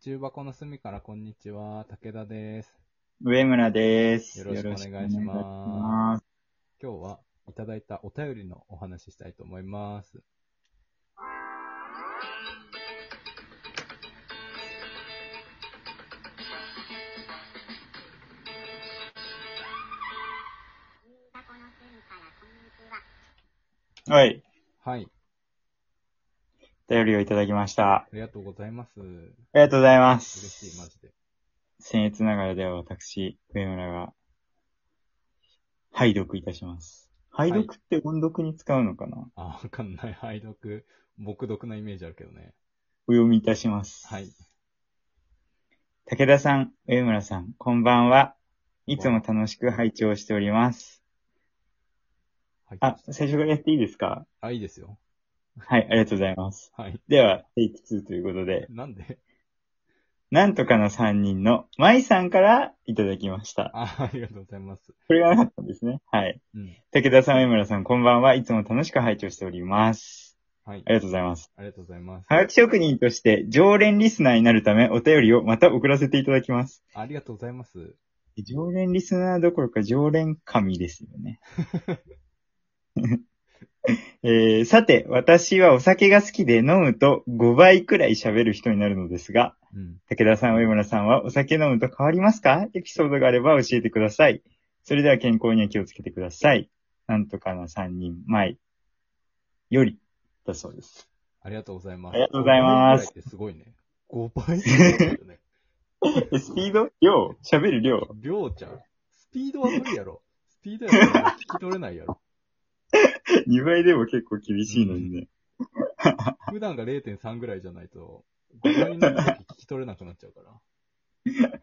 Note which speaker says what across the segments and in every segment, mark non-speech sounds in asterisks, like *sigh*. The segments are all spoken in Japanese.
Speaker 1: 中箱の隅からこんにちは、武田です。
Speaker 2: 上村です。
Speaker 1: よろしくお願いします
Speaker 2: よろくお願いします。
Speaker 1: 今日はいただいたお便りのお話ししたいと思います。
Speaker 2: はい。
Speaker 1: はい、
Speaker 2: お便りをいただきました。
Speaker 1: ありがとうございます。
Speaker 2: ありがとうございます。
Speaker 1: 嬉しい、マジで。
Speaker 2: 僭越ながらでは私、上村が、拝読いたします。拝読って音読に使うのかな、
Speaker 1: あ、わかんない。拝読、僕読なイメージあるけどね。
Speaker 2: お読みいたします。
Speaker 1: はい。
Speaker 2: 武田さん、上村さん、こんばんは。いつも楽しく拝聴しております。
Speaker 1: はい、
Speaker 2: あ、最初からやっていいですか
Speaker 1: あ、いいですよ。
Speaker 2: はい、ありがとうございます。
Speaker 1: はい。
Speaker 2: では、テイク2ということで、
Speaker 1: なんで
Speaker 2: なんとかの3人の舞さんからいただきました。
Speaker 1: あ、ありがとうございます。
Speaker 2: これがなかったんですね。はい。
Speaker 1: うん。
Speaker 2: 武田さん、上村さん、こんばんは。いつも楽しく拝聴しております。
Speaker 1: はい
Speaker 2: あ。りがとうございます。
Speaker 1: ありがとうございます。
Speaker 2: はがき職人として常連リスナーになるためお便りをまた送らせていただきます。
Speaker 1: ありがとうございます。
Speaker 2: 常連リスナーどころか常連神ですよ
Speaker 1: *laughs*
Speaker 2: ね。えーさて、私はお酒が好きで飲むと5倍くらい喋る人になるのですが、
Speaker 1: うん。
Speaker 2: 武田さん、上村さんはお酒飲むと変わりますかエピソードがあれば教えてください。それでは健康には気をつけてください。なんとかの3人前よりだそうです。 *laughs*
Speaker 1: ありがとうございます。
Speaker 2: ありがとうございます
Speaker 1: 5倍くらいってすごいね。5倍すごいよ
Speaker 2: *laughs*
Speaker 1: ね。
Speaker 2: えスピード量喋る量
Speaker 1: りょうちゃん。スピードは無理やろ。スピードやったら聞き取れないやろ。
Speaker 2: ?2 倍でも結構厳しいのにね。
Speaker 1: *laughs* 普段が0.3ぐらいじゃないと、5倍になった時聞き取れなくなっちゃうから。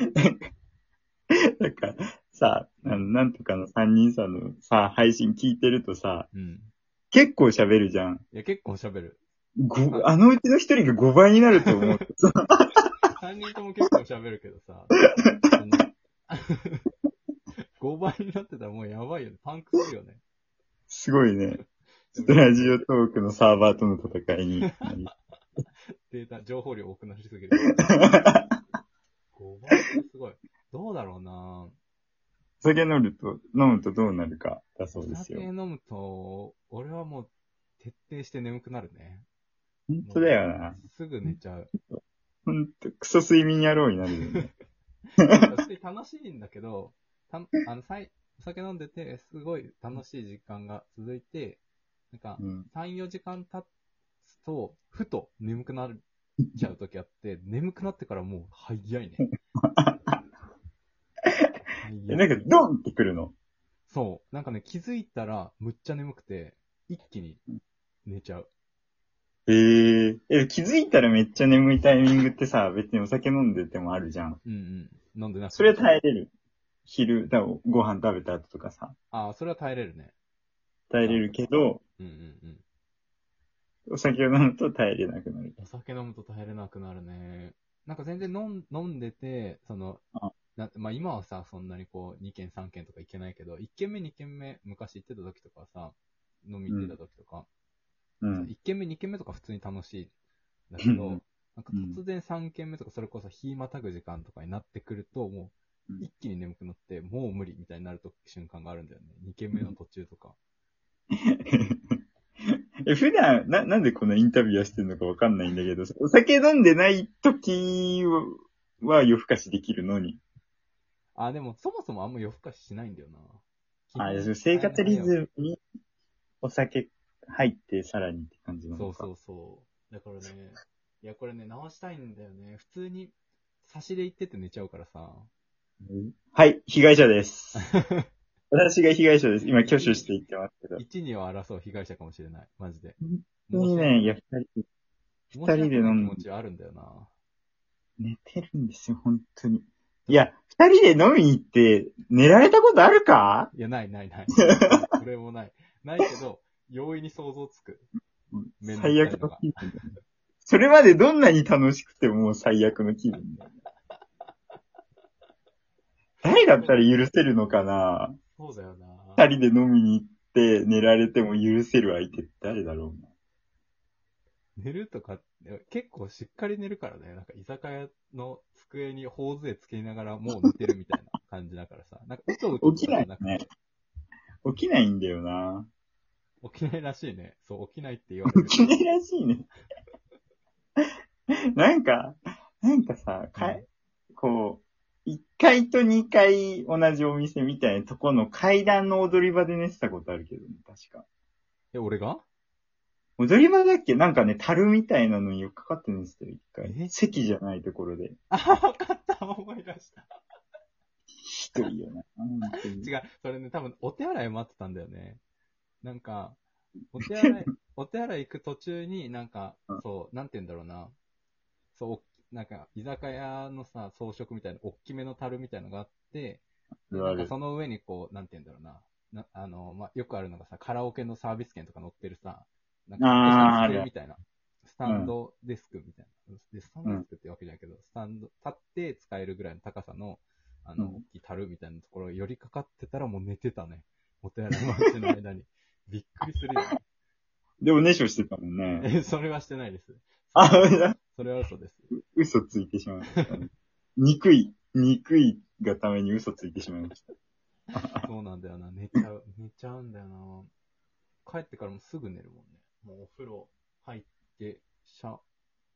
Speaker 2: なんか、さ、あのなんとかの3人さんのさ、配信聞いてるとさ、
Speaker 1: うん。
Speaker 2: 結構喋るじゃん。
Speaker 1: いや、結構喋る。
Speaker 2: ごあのうちの1人が5倍になると思う。
Speaker 1: 3人とも結構喋るけどさ。 *laughs* その5倍になってたらもうやばいよね。パンクするよね。
Speaker 2: すごいね。ちょっとラジオトークのサーバーとの戦いになり
Speaker 1: データ、情報量多くなりすぎる。5倍ってすごい。どうだろうな
Speaker 2: お酒飲むと、飲むとどうなるかだそう
Speaker 1: お
Speaker 2: です
Speaker 1: 酒
Speaker 2: よ。
Speaker 1: 飲むと、俺はもう、徹底して眠くなるね。
Speaker 2: 本当だよな。
Speaker 1: すぐ寝ちゃう。
Speaker 2: 本当クソ睡眠野郎になるよね。
Speaker 1: 私楽しいんだけど、たあのさいお酒飲んでて、すごい楽しい時間が続いて、なんか
Speaker 2: う、ん。
Speaker 1: 3、4時間経つと、ふと眠くなっちゃう時あって、眠くなってからもう早いね。
Speaker 2: *laughs* え、
Speaker 1: 早
Speaker 2: ないんかドンってくるの。
Speaker 1: そう。なんかね、気づいたら、むっちゃ眠くて、一気に寝ちゃう。
Speaker 2: えー、え、気づいたらめっちゃ眠いタイミングってさ、別にお酒飲んでてもあるじゃん。
Speaker 1: うんうん。飲んでなくて
Speaker 2: それは耐えれる。昼、だご飯食べた後とかさ、
Speaker 1: ああ、それは耐えれるね。
Speaker 2: 耐えれるけど、
Speaker 1: うんうんうん。
Speaker 2: お酒を飲むと耐えれなくなる。
Speaker 1: お酒飲むと耐えれなくなるね。なんか全然飲ん飲んでて、その
Speaker 2: あ、
Speaker 1: なまあ今はさ、そんなにこう、2軒3軒とか行けないけど、1軒目2軒目、昔行ってた時とかさ、飲み行ってた時とか、
Speaker 2: うん。 *laughs*
Speaker 1: 1軒目2軒目とか普通に楽しいんだけど、
Speaker 2: うん
Speaker 1: なんか突然3軒目とか、それこそ日またぐ時間とかになってくると、も
Speaker 2: う
Speaker 1: うん一気に眠くなって、もう無理みたいになると瞬間があるんだよね。2軒目の途中とか。
Speaker 2: え、普段、な、なんでこのインタビューはしてるのかわかんないんだけど、お酒飲んでない時は夜更かしできるのに。
Speaker 1: あ、でもそもそもあんま夜更かししないんだよな。
Speaker 2: あ、
Speaker 1: 基
Speaker 2: い
Speaker 1: 本
Speaker 2: や生活リズムにお酒入ってさらにって感じな
Speaker 1: そう
Speaker 2: の
Speaker 1: そ
Speaker 2: か。
Speaker 1: うそう。だからね、いや、これね、直したいんだよね。普通に、差しで行ってて寝ちゃうからさ。
Speaker 2: うんはい、被害者
Speaker 1: *laughs*
Speaker 2: です。私が被害者です。今挙手して言ってますけど。
Speaker 1: 一二を争う被害者かもしれない。マジで。
Speaker 2: 本当にね、やっぱり
Speaker 1: 二
Speaker 2: 人で飲む
Speaker 1: 気持ちはあるんだよな。
Speaker 2: 寝てるんですよ、本当に。いや、二人で飲みに行って寝られたことあるか
Speaker 1: いや、ないない
Speaker 2: *laughs*
Speaker 1: ない。これもない。ないけど、容易に想像つく。面倒くさい
Speaker 2: 最
Speaker 1: のが
Speaker 2: 悪の気分だね。それまでどんなに楽しくてももう最悪の気分だよね。誰だったら許せるのかな
Speaker 1: そうだよな。
Speaker 2: 二人で飲みに行って寝られても許せる相手って誰だろうな。
Speaker 1: 寝るとか、結構しっかり寝るからね。なんか居酒屋の机に頬杖つけながらもう寝てるみたいな感じだからさ。なんかうとうと
Speaker 2: 起きないね。起きないんだよな。
Speaker 1: 起きないらしいね。そう、起きないって言わ *laughs* れる。
Speaker 2: 起きないらしいね。 *laughs* なんか、なんかさ、かい、こう、1階と2階同じお店みたいなとこの階段の踊り場で寝てたことあるけどね、確か。
Speaker 1: え、俺が
Speaker 2: 踊り場だっけなんかね、樽みたいなのによっかかって寝てたよ、一
Speaker 1: え
Speaker 2: 回。席じゃないところで。
Speaker 1: あ、わかった。思い出した。
Speaker 2: ひどいよな。本当 *laughs* に
Speaker 1: 違う。それね、多分お手洗い待ってたんだよね。なんか、お手洗 *laughs* い、お手洗い行く途中になんか
Speaker 2: うん、
Speaker 1: そう、なんて言うんだろうな。そうおっ、なんか、居酒屋のさ、装飾みたいな、大きめの樽みたいのがあって、で
Speaker 2: あ
Speaker 1: なんか
Speaker 2: る
Speaker 1: その上にこう、なんて言うんだろうな。なあの、まあ、よくあるのがさ、カラオケのサービス券とか載ってるさ、なん
Speaker 2: あー
Speaker 1: か、
Speaker 2: ある
Speaker 1: みたいな。スタンドデスクみたいな。で、スタンドデスクってわけじゃないけど、スタンド、立って使えるぐらいの高さの、あの、
Speaker 2: うん
Speaker 1: 大きい樽みたいなところ寄りかかってたらもう寝てたね。お手洗い待ちの間に。びっくりするよね。
Speaker 2: *laughs* で、おねしょしてたもん *laughs* ね。
Speaker 1: え、それはしてないです。
Speaker 2: あ、
Speaker 1: それは嘘です。
Speaker 2: 嘘ついてしまいましたね。憎い、憎いがために嘘ついてしまいました。 *laughs*
Speaker 1: そうなんだよな。寝ちゃう、寝ちゃうんだよな。帰ってからもすぐ寝るもんね。もうお風呂入って、シャ、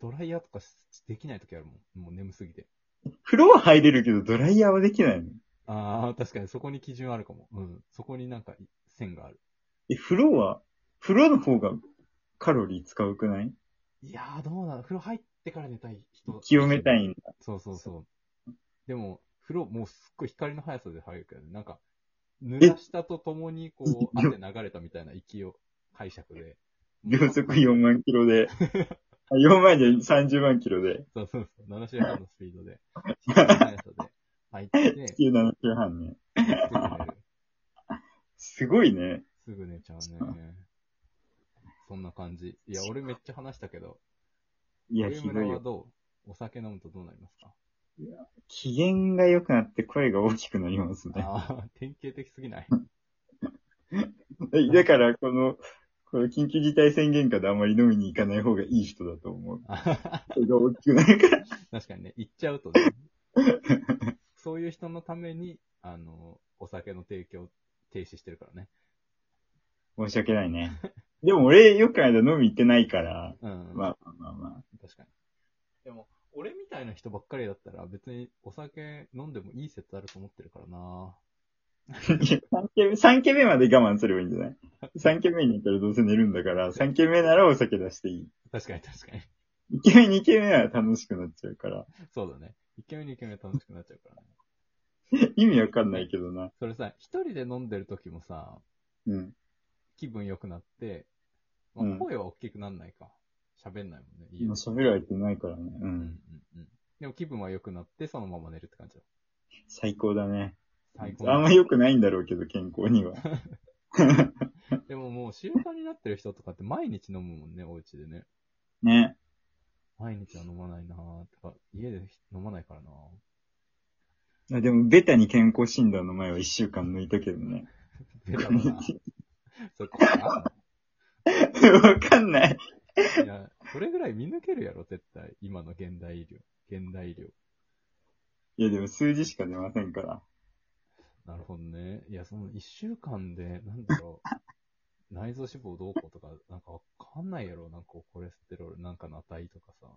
Speaker 1: ドライヤーとかしできない時あるもん。もう眠すぎて。
Speaker 2: 風呂は入れるけどドライヤーはできないの
Speaker 1: ああ、確かにそこに基準あるかも。うん。そこになんか線がある。
Speaker 2: え、風呂は、風呂の方がカロリー使うくない
Speaker 1: いやー、どうなの風呂入ってから寝たい人。
Speaker 2: 清めた
Speaker 1: い。
Speaker 2: いんだ。
Speaker 1: そうそうそう。でも、風呂もうすっごい光の速さで入るけどね。なんか、濡
Speaker 2: え
Speaker 1: らしたとともに、こう、汗流れたみたいな勢いを解釈で。
Speaker 2: 秒速4万キロで。あ4万じゃ30万キロで。
Speaker 1: そうそうそう。7週半のスピードで、光の速さで入って、
Speaker 2: 地球7キロ半ね。
Speaker 1: すぐ寝る。
Speaker 2: すごいね。
Speaker 1: すぐ寝ちゃうね。そんな感じ。いや、俺めっちゃ話したけど、
Speaker 2: いや、
Speaker 1: 上
Speaker 2: ひど
Speaker 1: 村
Speaker 2: い
Speaker 1: は
Speaker 2: よ。
Speaker 1: どうお酒飲むとどうなりますか
Speaker 2: 機嫌が良くなって声が大きくなりますね。
Speaker 1: ああ、典型的すぎ
Speaker 2: *laughs*
Speaker 1: ない。
Speaker 2: えだから、この、この緊急事態宣言下であんまり飲みに行かない方がいい人だと思う。
Speaker 1: あはは
Speaker 2: 声が大きくなるから。
Speaker 1: 確かにね、行っちゃうとね。そういう人のために、あの、お酒の提供停止してるからね。
Speaker 2: 申し訳ないね。でも俺、よくある間飲み行ってないから、
Speaker 1: うん。
Speaker 2: まあまあまあまあ。
Speaker 1: 確かに。でも、俺みたいな人ばっかりだったら別にお酒飲んでもいい説あると思ってるからな。
Speaker 2: 3軒目、三軒目まで我慢すればいいんじゃない ?3 軒目に行ったらどうせ寝るんだから、3軒目ならお酒出してい
Speaker 1: 確かに確かに。 *laughs*
Speaker 2: い。1軒目、2軒目は楽しくなっちゃうから。
Speaker 1: そうだね。一軒目二軒目楽しくなっちゃうからね。
Speaker 2: 意味わかんないけどな。
Speaker 1: それさ、一人で飲んでる時もさ、
Speaker 2: うん。
Speaker 1: 気分良くなって、まあ
Speaker 2: うん
Speaker 1: 声は大きくなんないか。喋んないもんね。家で
Speaker 2: 今喋る相手いないからね。う
Speaker 1: うん
Speaker 2: ん。
Speaker 1: うんうん。でも気分は良くなって、そのまま寝るって感じだ。
Speaker 2: 最高だね。
Speaker 1: 最高
Speaker 2: あんま良くないんだろうけど、健康には。
Speaker 1: でももう習慣になってる人とかって毎日飲むもんね、お家でね。
Speaker 2: ね。
Speaker 1: 毎日は飲まないなぁ。とか、家で飲まないからなぁ。
Speaker 2: あでも、ベタに健康診断の前は1週間抜いたけどね。
Speaker 1: ベタだな。
Speaker 2: *laughs*
Speaker 1: それ効果あんの
Speaker 2: わかんない。
Speaker 1: いや、それぐらい見抜けるやろ、絶対。今の現代医療。現代医療。
Speaker 2: いや、でも数字しか出ませんから。
Speaker 1: なるほどね。いや、その一週間で、なんだろう。 *laughs* 内臓脂肪どうこうとか、なんかわかんないやろ。なんかコレステロールなんかの値とかさ。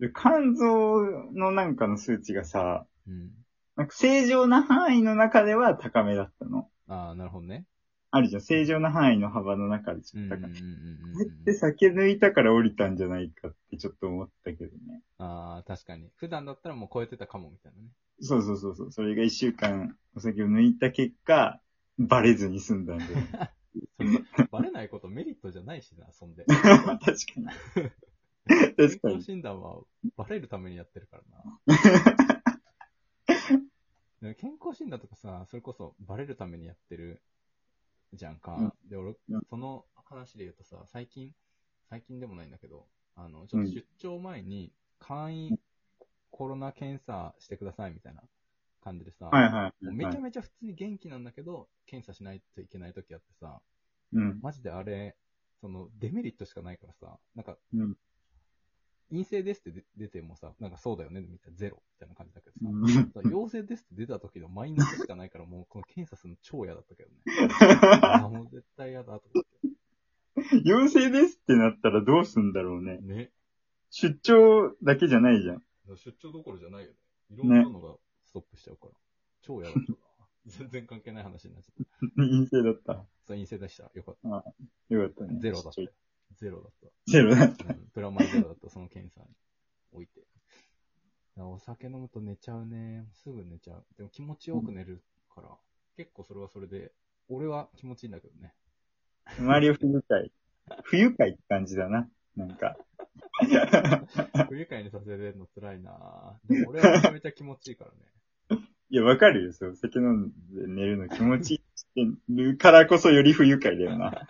Speaker 2: で肝臓のなんかの数値がさ、
Speaker 1: うん。
Speaker 2: なんか正常な範囲の中では高めだったの。
Speaker 1: ああ、なるほどね。
Speaker 2: あるじゃん。正常な範囲の幅の中でち
Speaker 1: う
Speaker 2: ょっ
Speaker 1: ん
Speaker 2: と
Speaker 1: うんうん
Speaker 2: 高い。
Speaker 1: うんう
Speaker 2: これ
Speaker 1: ん
Speaker 2: って酒抜いたから降りたんじゃないかってちょっと思ったけどね。
Speaker 1: ああ、確かに。普段だったらもう超えてたかも、みたいなね。
Speaker 2: そうそうそうそう。それが一週間お酒を抜いた結果、バレずに済んだんで。
Speaker 1: *laughs* それバレないことメリットじゃないしな、そんで。 *laughs*
Speaker 2: 確かに。確か
Speaker 1: 健康
Speaker 2: に。
Speaker 1: 診断はバレるためにやってるから
Speaker 2: *laughs*
Speaker 1: な。でも健康診断とかさ、それこそバレるためにやってるじゃんか。
Speaker 2: うん
Speaker 1: で、俺
Speaker 2: うん、
Speaker 1: その話で言うとさ、最近、最近でもないんだけど、あの、ちょっと出張前に、簡易コロナ検査してくださいみたいな感じでさ、
Speaker 2: はいはい。
Speaker 1: もうめ
Speaker 2: は
Speaker 1: ち
Speaker 2: い
Speaker 1: ゃめちゃ普通に元気なんだけど、検査しないといけない時あってさ、
Speaker 2: うん。
Speaker 1: マジであれ、そのデメリットしかないからさ、なんか、
Speaker 2: うん
Speaker 1: 陰性ですってで出てもさ、なんかそうだよね、みたいな、ゼロみたいな感じだけどさ、
Speaker 2: うん
Speaker 1: だから陽性ですって出た時のマイナスしかないから、もうこの検査するの超嫌だったけどね。
Speaker 2: *laughs*
Speaker 1: あーもう絶対嫌だと思っ
Speaker 2: 陽性ですってなったらどうすんだろうね
Speaker 1: て。。ね。
Speaker 2: 出張だけじゃないじゃん。
Speaker 1: 出張どころじゃないよね。いろんなのがストップしちゃうから。超嫌だったな。
Speaker 2: *laughs*
Speaker 1: 全然関係ない話になっちゃった。
Speaker 2: 陰性だった。
Speaker 1: そう、陰性でした。よかった。
Speaker 2: よかったね。
Speaker 1: ゼロだったよ。ゼロだっ
Speaker 2: ゼロだった
Speaker 1: た。。うん、プラマイゼロだった、その検査において。いやお酒飲むと寝ちゃうね。すぐ寝ちゃう。でも気持ちよく寝るから、結構それはそれで、俺は気持ちいいんだけどね。
Speaker 2: マリオ不愉快。不愉快って感じだな。なんか。
Speaker 1: 不愉快にさせるの辛いなぁ。でも俺はめちゃめちゃ気持ちいいからね。
Speaker 2: いや、わかるよ。そう、酒飲んで寝るの気持ちいいってるからこそより不愉快だよな。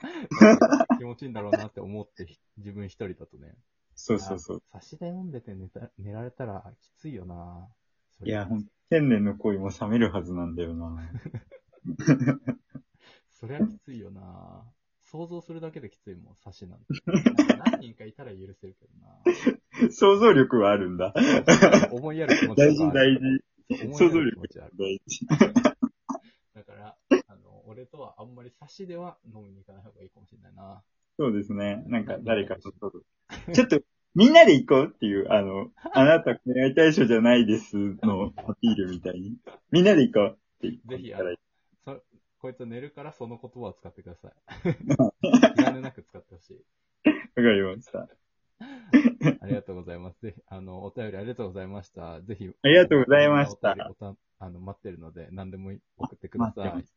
Speaker 1: 気持ちいいんだろうなって思ってひ、自分一人だとね。
Speaker 2: そうそうそう。
Speaker 1: 差しで飲んでて寝た寝られたらきついよな。そ
Speaker 2: い
Speaker 1: れ
Speaker 2: や、ほんと天然の恋も冷めるはずなんだよな。
Speaker 1: そりゃきついよな。想像するだけできついもん、差しなんて。 *laughs* 何人かいたら許せるけ
Speaker 2: 想像力はあるんだ。
Speaker 1: ど
Speaker 2: *laughs*
Speaker 1: な。思いやる気持ち
Speaker 2: 大事
Speaker 1: とかあ
Speaker 2: 大
Speaker 1: る
Speaker 2: 事。
Speaker 1: そう思いやる気持ちある。
Speaker 2: 大事。
Speaker 1: だから、あの、俺とはあんまり差しでは飲みに行かない方がいいかもしれないな。
Speaker 2: そうですね。なんか誰かと、ちょっと、みんなで行こうっていう、あの、あなた恋愛対象じゃないですのアピールみたいに。みんなで行こうって言っていただいて。
Speaker 1: そこいつ寝るからその言葉を使ってください。
Speaker 2: *laughs*
Speaker 1: 気兼ねなく使ってほしい。
Speaker 2: わかりました。
Speaker 1: ありがとうございます。ぜひ、あの、お便りありがとうございました。ぜひ。
Speaker 2: ありがとうございました
Speaker 1: お便りおたあの、待ってるので、何でも送ってください。
Speaker 2: 待ってます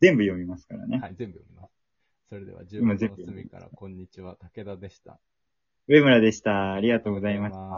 Speaker 2: 全部読みますからね。
Speaker 1: はい、全部読みます。それでは、10
Speaker 2: 今
Speaker 1: 月
Speaker 2: 全
Speaker 1: の
Speaker 2: 部読み
Speaker 1: 隅から、こんにちは、武田でした。
Speaker 2: 上村でした。ありがとうございました。
Speaker 1: す。